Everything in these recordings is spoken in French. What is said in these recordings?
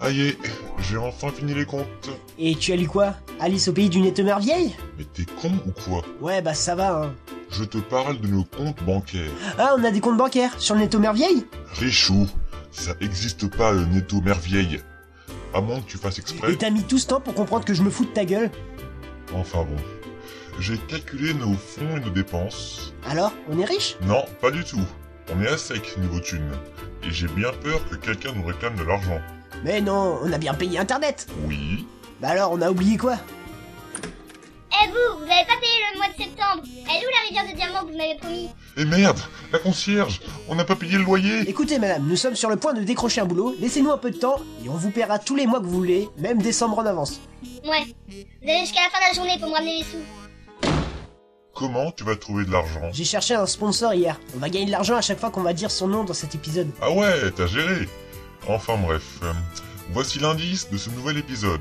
Aïe, j'ai enfin fini les comptes. Et tu as lu quoi Alice au pays d'une éteumeur vieille Mais t'es con ou quoi Ouais, bah ça va, hein. Je te parle de nos comptes bancaires. Ah, on a des comptes bancaires sur le éteumeur vieille Réchou, ça existe pas le netto merveille. À moins que tu fasses exprès. Et t'as mis tout ce temps pour comprendre que je me fous de ta gueule Enfin bon. J'ai calculé nos fonds et nos dépenses. Alors, on est riche Non, pas du tout. On est à sec niveau thune. Et j'ai bien peur que quelqu'un nous réclame de l'argent. Mais non, on a bien payé Internet Oui. Bah alors, on a oublié quoi Eh vous, vous avez pas payé le mois de septembre Elle est où la rivière de diamants que vous m'avez promis Eh merde La concierge On n'a pas payé le loyer Écoutez madame, nous sommes sur le point de décrocher un boulot, laissez-nous un peu de temps et on vous paiera tous les mois que vous voulez, même décembre en avance. Ouais. Vous avez jusqu'à la fin de la journée pour me ramener les sous. Comment tu vas trouver de l'argent J'ai cherché un sponsor hier, on va gagner de l'argent à chaque fois qu'on va dire son nom dans cet épisode. Ah ouais, t'as géré Enfin bref, euh, voici l'indice de ce nouvel épisode.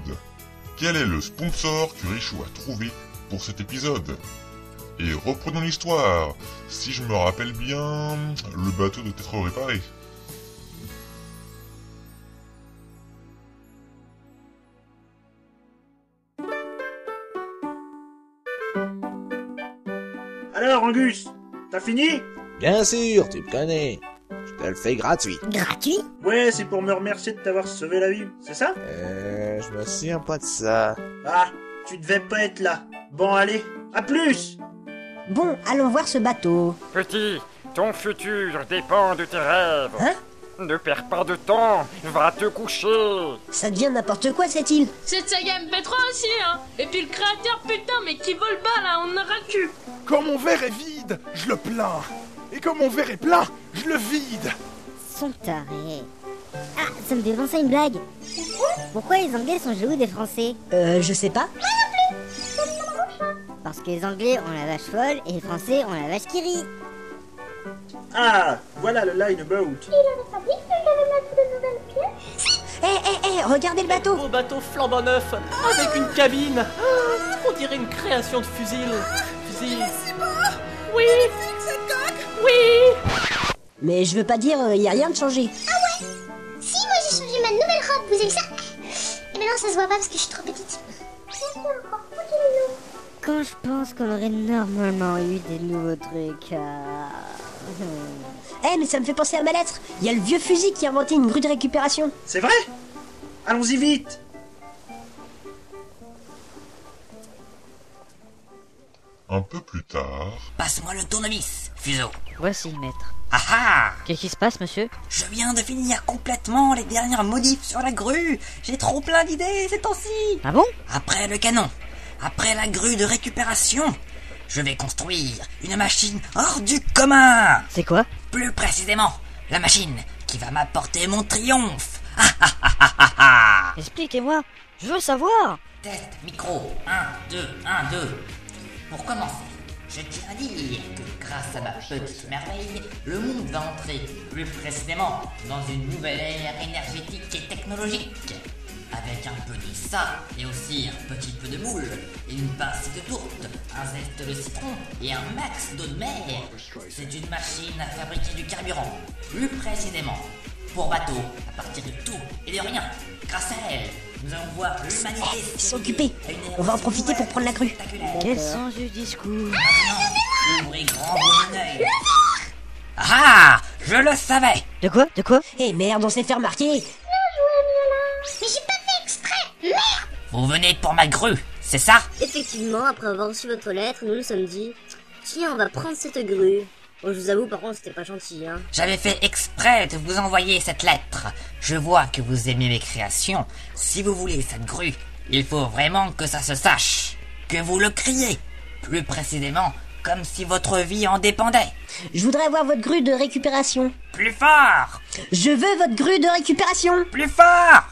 Quel est le sponsor que Richou a trouvé pour cet épisode Et reprenons l'histoire. Si je me rappelle bien, le bateau doit être réparé. Alors, Angus, t'as fini Bien sûr, tu me connais. Je te le fais gratuit. Gratuit Ouais, c'est pour me remercier de t'avoir sauvé la vie, c'est ça Euh, je me souviens pas de ça. Ah, tu devais pas être là. Bon, allez, à plus Bon, allons voir ce bateau. Petit, ton futur dépend de tes rêves. Hein Ne perds pas de temps, va te coucher. Ça devient n'importe quoi cette île. Cette saga MP3 aussi, hein Et puis le créateur, putain, mais qui vole pas, là, on en aura le cul Comme mon verre est vide, je le plains. Et comme mon verre est plein, je le vide. Son taré. Ah, ça me fait penser à une blague. Pourquoi les Anglais sont jaloux des Français Euh, je sais pas. Parce que les Anglais ont la vache folle et les Français ont la vache qui rit. Ah, voilà le line about. Hé, hé, hé, Eh, regardez le bateau Beau bateau flambant neuf, avec une cabine. Ah, On dirait une création de fusil. Ah Fusil. Oui. Oui. Mais je veux pas dire, il y a rien de changé. Ah Si, moi j'ai changé ma nouvelle robe, vous avez ça Et maintenant ça se voit pas parce que je suis trop petite. Quand je pense qu'on aurait normalement eu des nouveaux trucs. euh. Eh, mais ça me fait penser à ma lettre. Il y a le vieux fusil qui a inventé une grue de récupération. C'est vrai Allons-y vite Un peu plus tard, Passe-moi le tournevis, fuseau. Voici, maître. Ah ah Qu'est-ce qui se passe, monsieur Je viens de finir complètement les dernières modifs sur la grue. J'ai trop plein d'idées ces temps-ci. Ah bon Après le canon, après la grue de récupération, je vais construire une machine hors du commun. C'est quoi Plus précisément, la machine qui va m'apporter mon triomphe. Ah ah ah ah ah ah Expliquez-moi. Je veux savoir. Test micro 1, 2, 1, 2. Pour commencer, je tiens à dire que grâce à ma petite merveille, le monde va entrer plus précisément dans une nouvelle ère énergétique et technologique. Avec un peu de ça et aussi un petit peu de moule, et une pincée de tourte, un zeste de citron et un max d'eau de mer. C'est une machine à fabriquer du carburant, plus précisément pour bateau, à partir de tout et de rien. Grâce à elle, nous allons voir l'humanité. Ils sont occupés. On va en profiter pour prendre la crue. Quel sens du discours Ouvrez grand vos yeux. Ah Je le savais De quoi De quoi Eh merde, on s'est fait remarquer. Mais j'ai pas fait exprès Merde Vous venez pour ma grue, c'est ça Effectivement, après avoir reçu votre lettre, nous nous sommes dit Tiens, on va prendre cette grue. Bon, je vous avoue, par contre, c'était pas gentil, hein. J'avais fait exprès de vous envoyer cette lettre. Je vois que vous aimez mes créations. Si vous voulez cette grue, il faut vraiment que ça se sache. Que vous le criez. Plus précisément, comme si votre vie en dépendait. Je voudrais avoir votre grue de récupération. Plus fort Je veux votre grue de récupération. Plus fort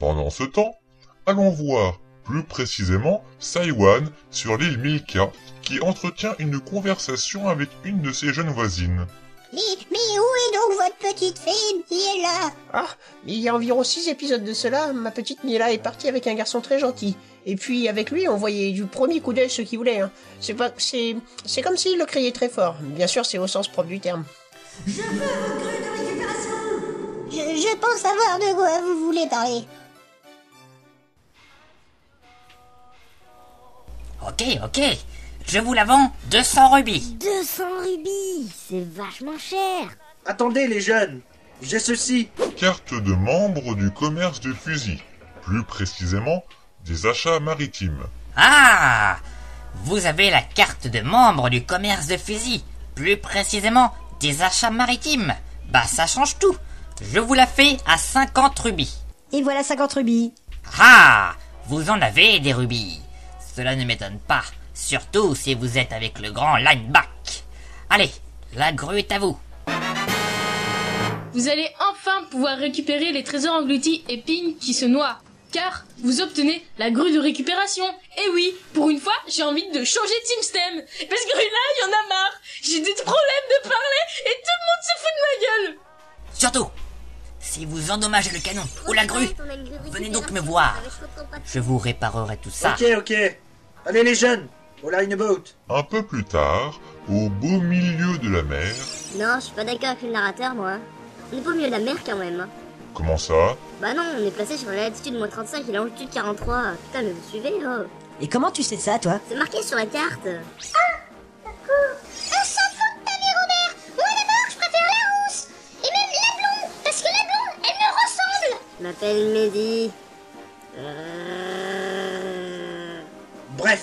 pendant ce temps, allons voir plus précisément Saiwan sur l'île Milka qui entretient une conversation avec une de ses jeunes voisines. Mais, où est donc votre petite fille qui est là Ah, il y a environ six épisodes de cela, ma petite Mila est partie avec un garçon très gentil. Et puis avec lui, on voyait du premier coup d'œil ce qu'il voulait. hein. C'est pas, c'est, c'est comme s'il le criait très fort. Bien sûr, c'est au sens propre du terme. Je veux votre grue de récupération Je Je, je pense savoir de quoi vous voulez parler. Ok, ok. Je vous la vends 200 rubis. 200 rubis C'est vachement cher Attendez les jeunes, j'ai ceci. Carte de membre du commerce de fusils, plus précisément des achats maritimes. Ah Vous avez la carte de membre du commerce de fusils. Plus précisément, des achats maritimes. Bah ça change tout. Je vous la fais à 50 rubis. Et voilà 50 rubis. Ah Vous en avez des rubis. Cela ne m'étonne pas. Surtout si vous êtes avec le grand lineback. Allez, la grue est à vous. Vous allez enfin pouvoir récupérer les trésors engloutis et Ping qui se noie. Car vous obtenez la grue de récupération. Et oui, pour une fois, j'ai envie de changer de Team Stem. Parce que là, il y en a marre. J'ai des problèmes de parler et tout le monde se fout de ma gueule. Surtout, si vous endommagez le canon ou la grue, venez donc me voir. Je vous réparerai tout ça. Ok, ok. Allez les jeunes, au boat. Un peu plus tard, au beau milieu de la mer, Non, je suis pas d'accord avec le narrateur, moi. On est pas au milieu de la mer quand même. hein. comment ça Bah non, on est placé sur la latitude moins 35 et la longitude 43. Putain, mais vous suivez, oh Et comment tu sais ça, toi C'est marqué sur la carte Ah, On s'en fout de ta vie, Robert Moi d'abord, je préfère la rousse Et même la blonde Parce que la blonde, elle me ressemble Je m'appelle Mehdi. Euh... Bref,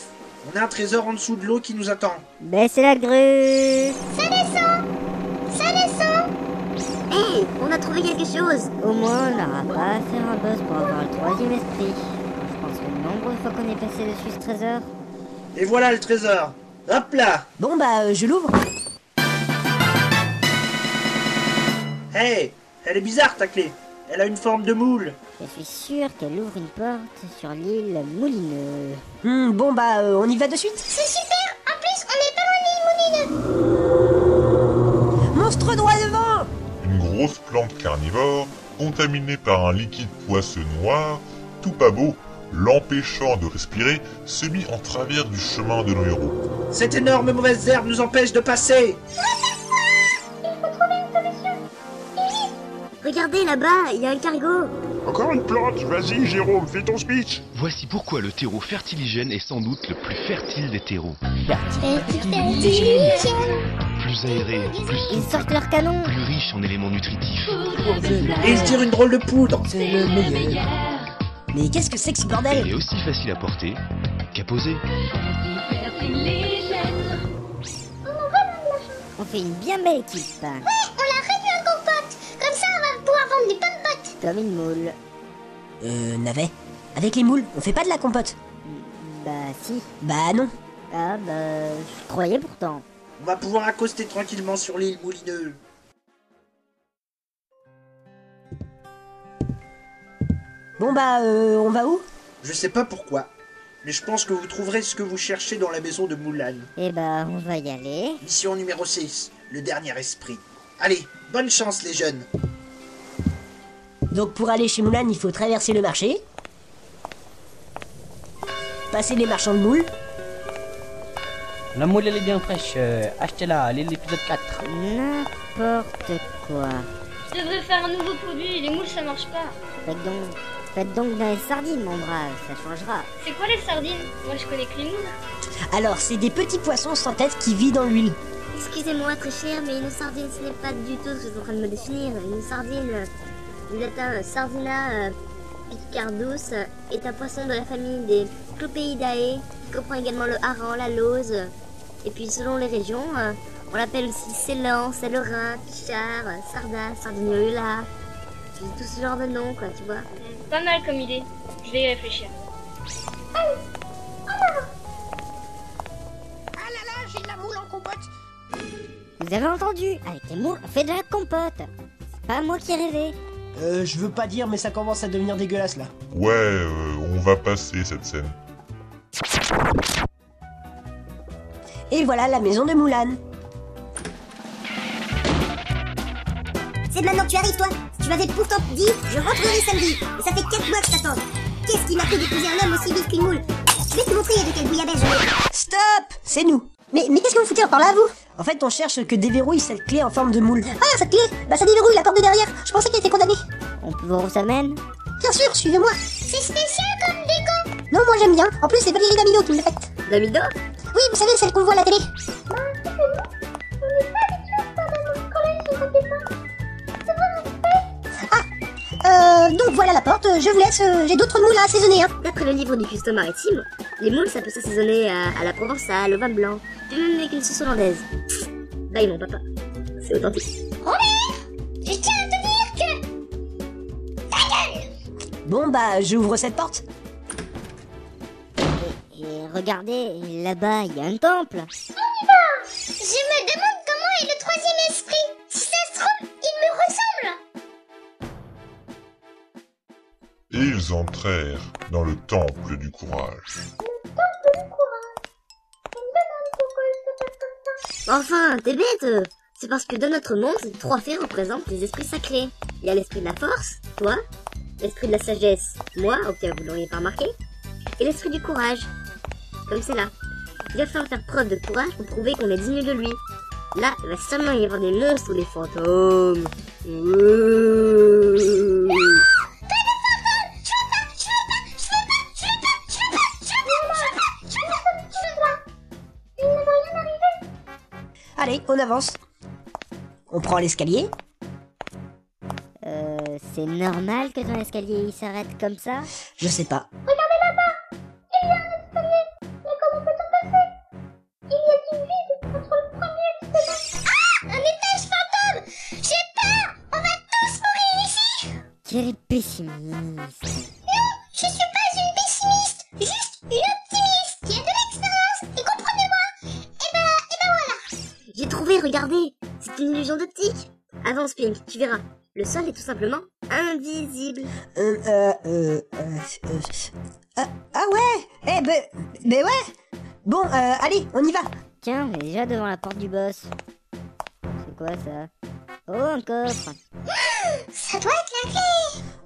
on a un trésor en dessous de l'eau qui nous attend. Baissez Ben, la grue Ça descend Ça descend Hey, on a trouvé quelque chose Au moins, on n'aura pas à faire un boss pour avoir le troisième esprit. Je pense que le nombre de fois qu'on est passé dessus ce trésor... Et voilà le trésor. Hop là Bon, bah, euh, je l'ouvre. Hey, elle est bizarre ta clé. Elle a une forme de moule. Je suis sûr qu'elle ouvre une porte sur l'île Moulineux. Hmm, bon, bah, euh, on y va de suite. C'est super En plus, on est pas loin de l'île Moulineux Monstre droit devant Une grosse plante carnivore, contaminée par un liquide poisseux noir, tout pas beau, l'empêchant de respirer, se mit en travers du chemin de nos héros. Cette énorme mauvaise herbe nous empêche de passer. Regardez là-bas, il y a un cargo Encore une plante Vas-y, Jérôme, fais ton speech Voici pourquoi le terreau fertiligène est sans doute le plus fertile des terreaux. Plus aéré, plus Ils souple, sortent leur canon plus riche en éléments Oh, nutritifs. Et il se tire une drôle de poudre. C'est le meilleur. Mais qu'est-ce que c'est que ce Il bordel est aussi facile à porter qu'à poser. On fait une bien belle équipe. Bah, On l'a réduit en compote Comme ça, on va pouvoir vendre des pommes potes Comme une moule. Euh, navet. Avec les moules, on fait pas de la compote. Bah si. Bah non. Ah bah, je croyais pourtant. On va pouvoir accoster tranquillement sur l'île Moulineux. Bon, bah, euh, on va où Je sais pas pourquoi, mais je pense que vous trouverez ce que vous cherchez dans la maison de Moulin. Eh bah, on va y aller. Mission numéro 6, le dernier esprit. Allez, bonne chance les jeunes. Donc pour aller chez Moulin, il faut traverser le marché, passer les marchands de moules. La moule, elle est bien fraîche. euh, Achetez-la, allez l'épisode 4. N'importe quoi. Je devrais faire un nouveau produit, les moules ça marche pas Faites donc, faites donc dans les sardines, mon brave, ça changera. C'est quoi les sardines Moi je connais que les moules Alors c'est des petits poissons sans tête qui vivent dans l'huile. Excusez-moi, très cher, mais une sardine, ce n'est pas du tout ce que je suis en train de me définir. Une sardine, euh, vous êtes un sardina euh, picardus, euh, est un poisson de la famille des Clopeidae, qui comprend également le hareng, la lauze, euh, et puis selon les régions, euh, on l'appelle aussi Célan, Célorin, Pichard, euh, Sarda, Sardignolula, puis tout ce genre de noms, quoi, tu vois. Pas mal comme idée, je vais y réfléchir. Vous avez entendu Avec les moules, on fait de la compote C'est pas moi qui ai rêvé Euh, je veux pas dire, mais ça commence à devenir dégueulasse là. Ouais, euh, on va passer cette scène. Et voilà la maison de Moulin. C'est maintenant que tu arrives, toi Tu m'avais pourtant dit, je rentrerai samedi. Et ça fait 4 mois que je t'attends. Qu'est-ce qui m'a fait d'épouser un homme aussi vif qu'une moule Je vais te montrer de quelle bouillabaisse je Stop C'est nous. mais, mais qu'est-ce que vous foutez encore là, vous En fait, on cherche que déverrouille cette clé en forme de moule. Ah, cette clé Bah ça déverrouille la porte de derrière. Je pensais qu'elle était condamnée. On peut voir où ça mène Bien sûr, suivez-moi. C'est spécial comme déco. Non, moi j'aime bien. En plus, c'est Valérie Damido qui me l'a faite. Damido Oui, vous savez, celle qu'on voit à la télé. Ah, euh, donc voilà la porte. Je vous laisse. euh, J'ai d'autres moules à assaisonner. Hein. D'après le livre du cuistot maritime, les moules ça peut s'assaisonner euh, à, à la provençale, au vin blanc, puis même avec une sauce hollandaise. Pff, Bye mon papa, c'est authentique. Je tiens à te dire que. Bon, bah, j'ouvre cette porte. Et regardez, là-bas il y a un temple. Je me demande comment est le troisième esprit. Si ça se trouve, il me Et ressemble. ils entrèrent dans le temple du courage. Enfin, t'es bête euh. C'est parce que dans notre monde, trois fées représentent les esprits sacrés. Il y a l'esprit de la force, toi, l'esprit de la sagesse, moi, au cas où vous l'auriez pas remarqué, et l'esprit du courage, comme c'est là. Il va falloir faire preuve de courage pour prouver qu'on est digne de lui. Là, il va seulement y avoir des monstres ou des fantômes. Euh. Ouh. Allez, on avance. On prend l'escalier. Euh, c'est normal que ton escalier il s'arrête comme ça Je sais pas. Ah, Un étage fantôme J'ai peur On va tous mourir ici Quel pessimiste Je suis pas une pessimiste, juste une optimiste qui a de l'expérience et comprenez-moi Et ben, et ben voilà J'ai trouvé, regardez C'est une illusion d'optique Avance, Pink, tu verras. Le sol est tout simplement invisible. Euh, euh, euh, euh, euh, ah, ah ouais Eh, ben, ben ouais Bon, euh, allez, on y va. Tiens, on est déjà devant la porte du boss. C'est quoi ça Oh, un coffre Ça doit être la clé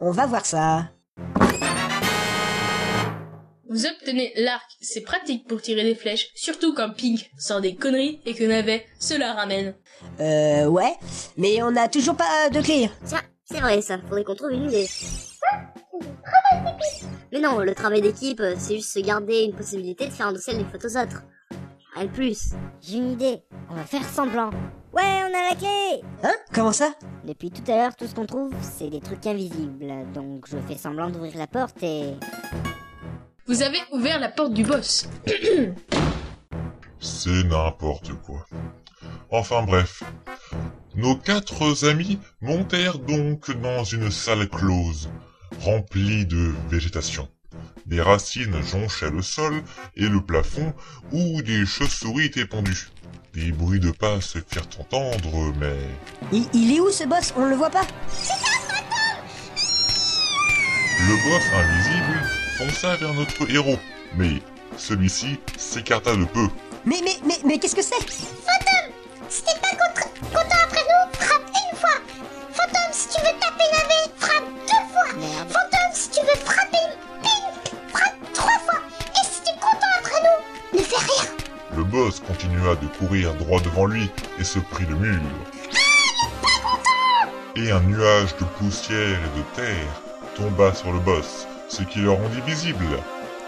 On va voir ça. Vous obtenez l'arc, c'est pratique pour tirer des flèches, surtout quand Pink sort des conneries et que Navet se la ramène. Euh, ouais, mais on a toujours pas euh, de clé. Tiens, c'est vrai ça, faudrait qu'on trouve une idée. Mais non, le travail d'équipe, euh, c'est juste se garder une possibilité de faire un dossier des photos aux autres. Rien de plus. J'ai une idée, on va faire semblant. Ouais, on a la clé Hein Comment ça Depuis tout à l'heure, tout ce qu'on trouve, c'est des trucs invisibles. Donc je fais semblant d'ouvrir la porte et... Vous avez ouvert la porte du boss. C'est n'importe quoi. Enfin bref. Nos quatre amis montèrent donc dans une salle close, remplie de végétation. Des racines jonchaient le sol et le plafond où des chauves-souris étaient pendues. Des bruits de pas se firent entendre, mais... Il, il est où ce boss On le voit pas Le boss invisible fonça vers notre héros, mais celui-ci s'écarta de peu. Mais, mais, mais, mais qu'est-ce que c'est Fantôme Si t'es pas contre, content après nous, frappe une fois Fantôme, si tu veux taper Navet, frappe deux fois Fantôme, si tu veux frapper Pink, frappe trois fois Et si t'es content après nous, ne fais rire Le boss continua de courir droit devant lui et se prit le mur. Et un nuage de poussière et de terre tomba sur le boss, ce qui le rendit visible.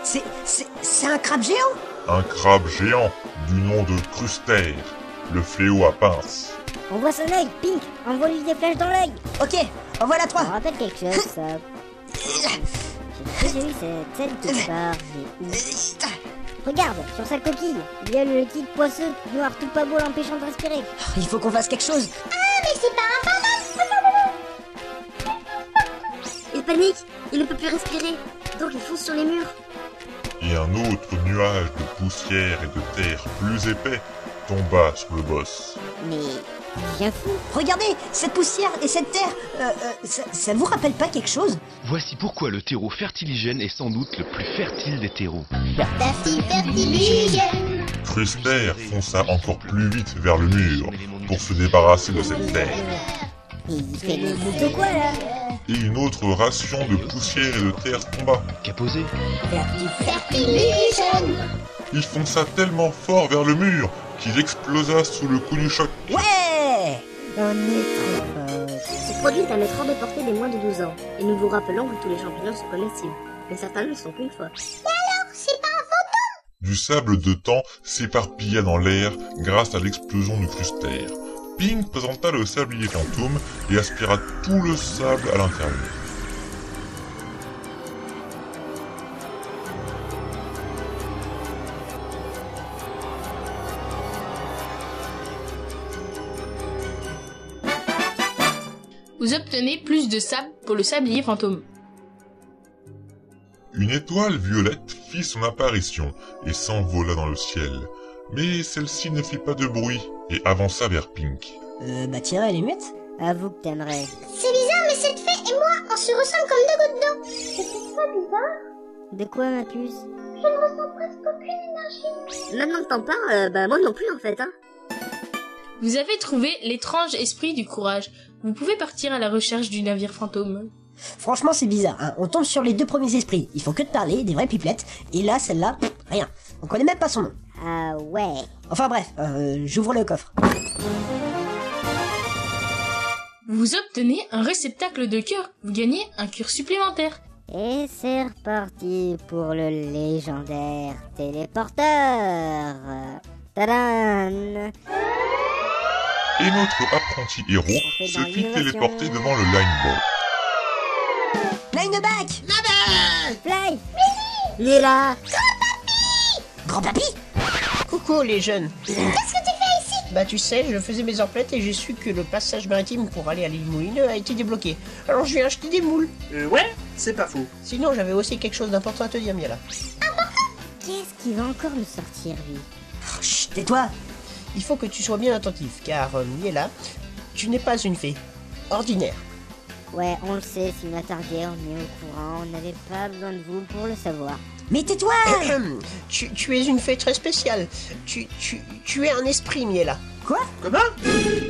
C'est, c'est, c'est un crabe géant Un crabe géant du nom de Cruster, le fléau à pince. On voit son œil, Pink Envoie-lui des flèches dans l'œil Ok, en voilà Ça me trois. rappelle quelque chose, ça. J'ai déjà vu cette scène Euh, quelque part, mais où Regarde, sur sa coquille, il y a le liquide poisseux, noir tout pas beau l'empêchant de respirer. Il faut qu'on fasse quelque chose. Ah, mais c'est pas un fantôme Il panique, il ne peut plus respirer, donc il fonce sur les murs. Et un autre nuage de poussière et de terre plus épais tomba sur le boss. Mais bien fou. Regardez, cette poussière et cette terre, euh, euh, ça, ça vous rappelle pas quelque chose Voici pourquoi le terreau fertiligène est sans doute le plus fertile des terreaux. Cruster fonça encore plus vite vers le mur pour se débarrasser de cette terre. Et il fait des bouts de quoi là Et une autre ration de poussière et de terre tomba. Caposé Il fonça tellement fort vers le mur qu'il explosa sous le coup du choc. Ouais Un étrange. C'est Produit est à mettre hors de portée des moins de 12 ans. Et nous vous rappelons que tous les champignons sont comestibles. Mais certains ne le sont qu'une fois. Du sable de temps s'éparpilla dans l'air grâce à l'explosion du cluster. Ping présenta le sablier fantôme et aspira tout le sable à l'intérieur. Vous obtenez plus de sable pour le sablier fantôme. Une étoile violette fit son apparition et s'envola dans le ciel. Mais celle-ci ne fit pas de bruit et avança vers Pink. Euh, bah tiens, elle est muette. Avoue que t'aimerais. C'est bizarre, mais cette fée et moi, on se ressemble comme deux gouttes d'eau. C'est pas bizarre De quoi, ma puce Je ne ressens presque aucune énergie. Maintenant que t'en parles, euh, bah moi non plus en fait. Hein. Vous avez trouvé l'étrange esprit du courage. Vous pouvez partir à la recherche du navire fantôme. Franchement, c'est bizarre. hein. On tombe sur les deux premiers esprits. Ils font que de parler, des vraies pipelettes. Et là, celle-là, pff, rien. On connaît même pas son nom. Ah ouais. Enfin bref, euh, j'ouvre le coffre. Vous obtenez un réceptacle de cœur. Vous gagnez un cœur supplémentaire. Et c'est reparti pour le légendaire téléporteur. Tadam Et notre apprenti héros se fit téléporter devant le lineball. Lineback Fly Lila Grand-papy Coucou les jeunes Qu'est-ce que tu fais ici Bah tu sais, je faisais mes emplettes et j'ai su que le passage maritime pour aller à l'île Moulineux a été débloqué. Alors je vais acheter des moules. Euh, ouais, c'est pas fou. Sinon j'avais aussi quelque chose d'important à te dire, Miala. Qu'est-ce qu'il va encore nous sortir, lui Oh, Chut, tais-toi Il faut que tu sois bien attentif, car euh, Miela, tu n'es pas une fée. Ordinaire. Ouais, on le sait, si on a tardé, on est au courant, on n'avait pas besoin de vous pour le savoir. Mais tais-toi tu, tu es une fée très spéciale. Tu, tu, tu es un esprit, Miela. Quoi Comment Un esprit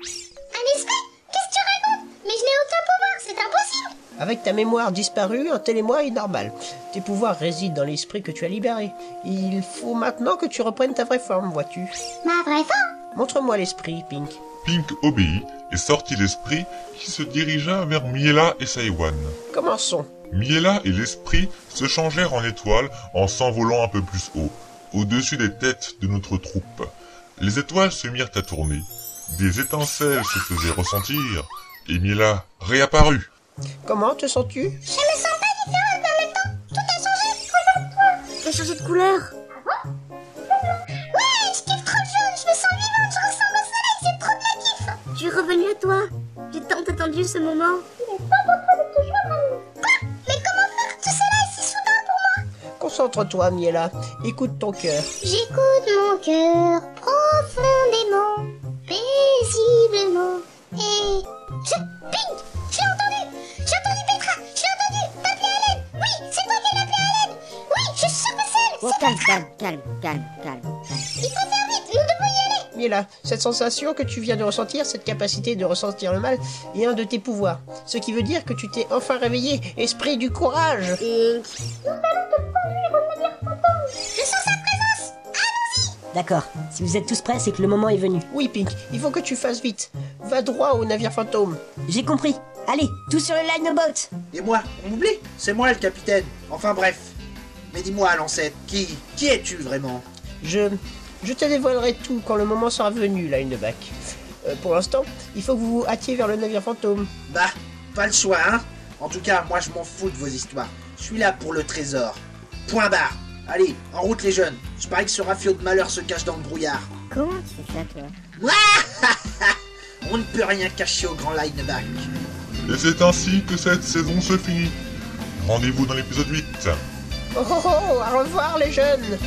Qu'est-ce que tu racontes Mais je n'ai aucun pouvoir, c'est impossible Avec ta mémoire disparue, un télémoi est normal. Tes pouvoirs résident dans l'esprit que tu as libéré. Il faut maintenant que tu reprennes ta vraie forme, vois-tu. Ma vraie forme Montre-moi l'esprit, Pink. Pink obéit et sortit l'esprit qui se dirigea vers Miela et Saiwan. Commençons. Miela et l'esprit se changèrent en étoiles en s'envolant un peu plus haut, au-dessus des têtes de notre troupe. Les étoiles se mirent à tourner. Des étincelles se faisaient ressentir et Miela réapparut. Comment te sens-tu Je me sens pas différente, mais en même temps, tout a changé. Regarde-toi T'as changé de couleur Ouais, je kiffe trop le jaune, je me sens vivante, je ressemble au soleil, c'est trop de la kiff Tu es revenu à toi J'ai tant attendu ce moment Mais comment faire tout cela est si soudain pour moi Concentre-toi, Miela. Écoute ton cœur. J'écoute mon cœur profondément, paisiblement, et... Je... Ping J'ai entendu J'ai entendu Petra J'ai entendu T'appeler Hélène Oui, c'est toi qui as appelé Hélène Oui, je suis sûre que c'est elle Oh, C'est calme, Petra calme, calme, calme, calme, calme. Il faut faire vite, nous devons y aller Miela, cette sensation que tu viens de ressentir, cette capacité de ressentir le mal, est un de tes pouvoirs. Ce qui veut dire que tu t'es enfin réveillé, esprit du courage. Euh, Pink Je sens sa présence D'accord, si vous êtes tous prêts, c'est que le moment est venu. Oui, Pink, il faut que tu fasses vite. Va droit au navire fantôme. J'ai compris. Allez, tous sur le linobot Et moi, on oublie C'est moi le capitaine. Enfin bref. Mais dis-moi, Lancette, qui, qui es-tu vraiment Je. Je te dévoilerai tout quand le moment sera venu, là, une bac. Euh, pour l'instant, il faut que vous vous hâtiez vers le navire fantôme. Bah, pas le choix, hein En tout cas, moi je m'en fous de vos histoires. Je suis là pour le trésor. Point barre. Allez, en route les jeunes. Je parie que ce rafio de malheur se cache dans le brouillard. Comment tu fais ça, toi On ne peut rien cacher au grand lineback. Et c'est ainsi que cette saison se finit. Rendez-vous dans l'épisode 8. Oh oh oh, au revoir les jeunes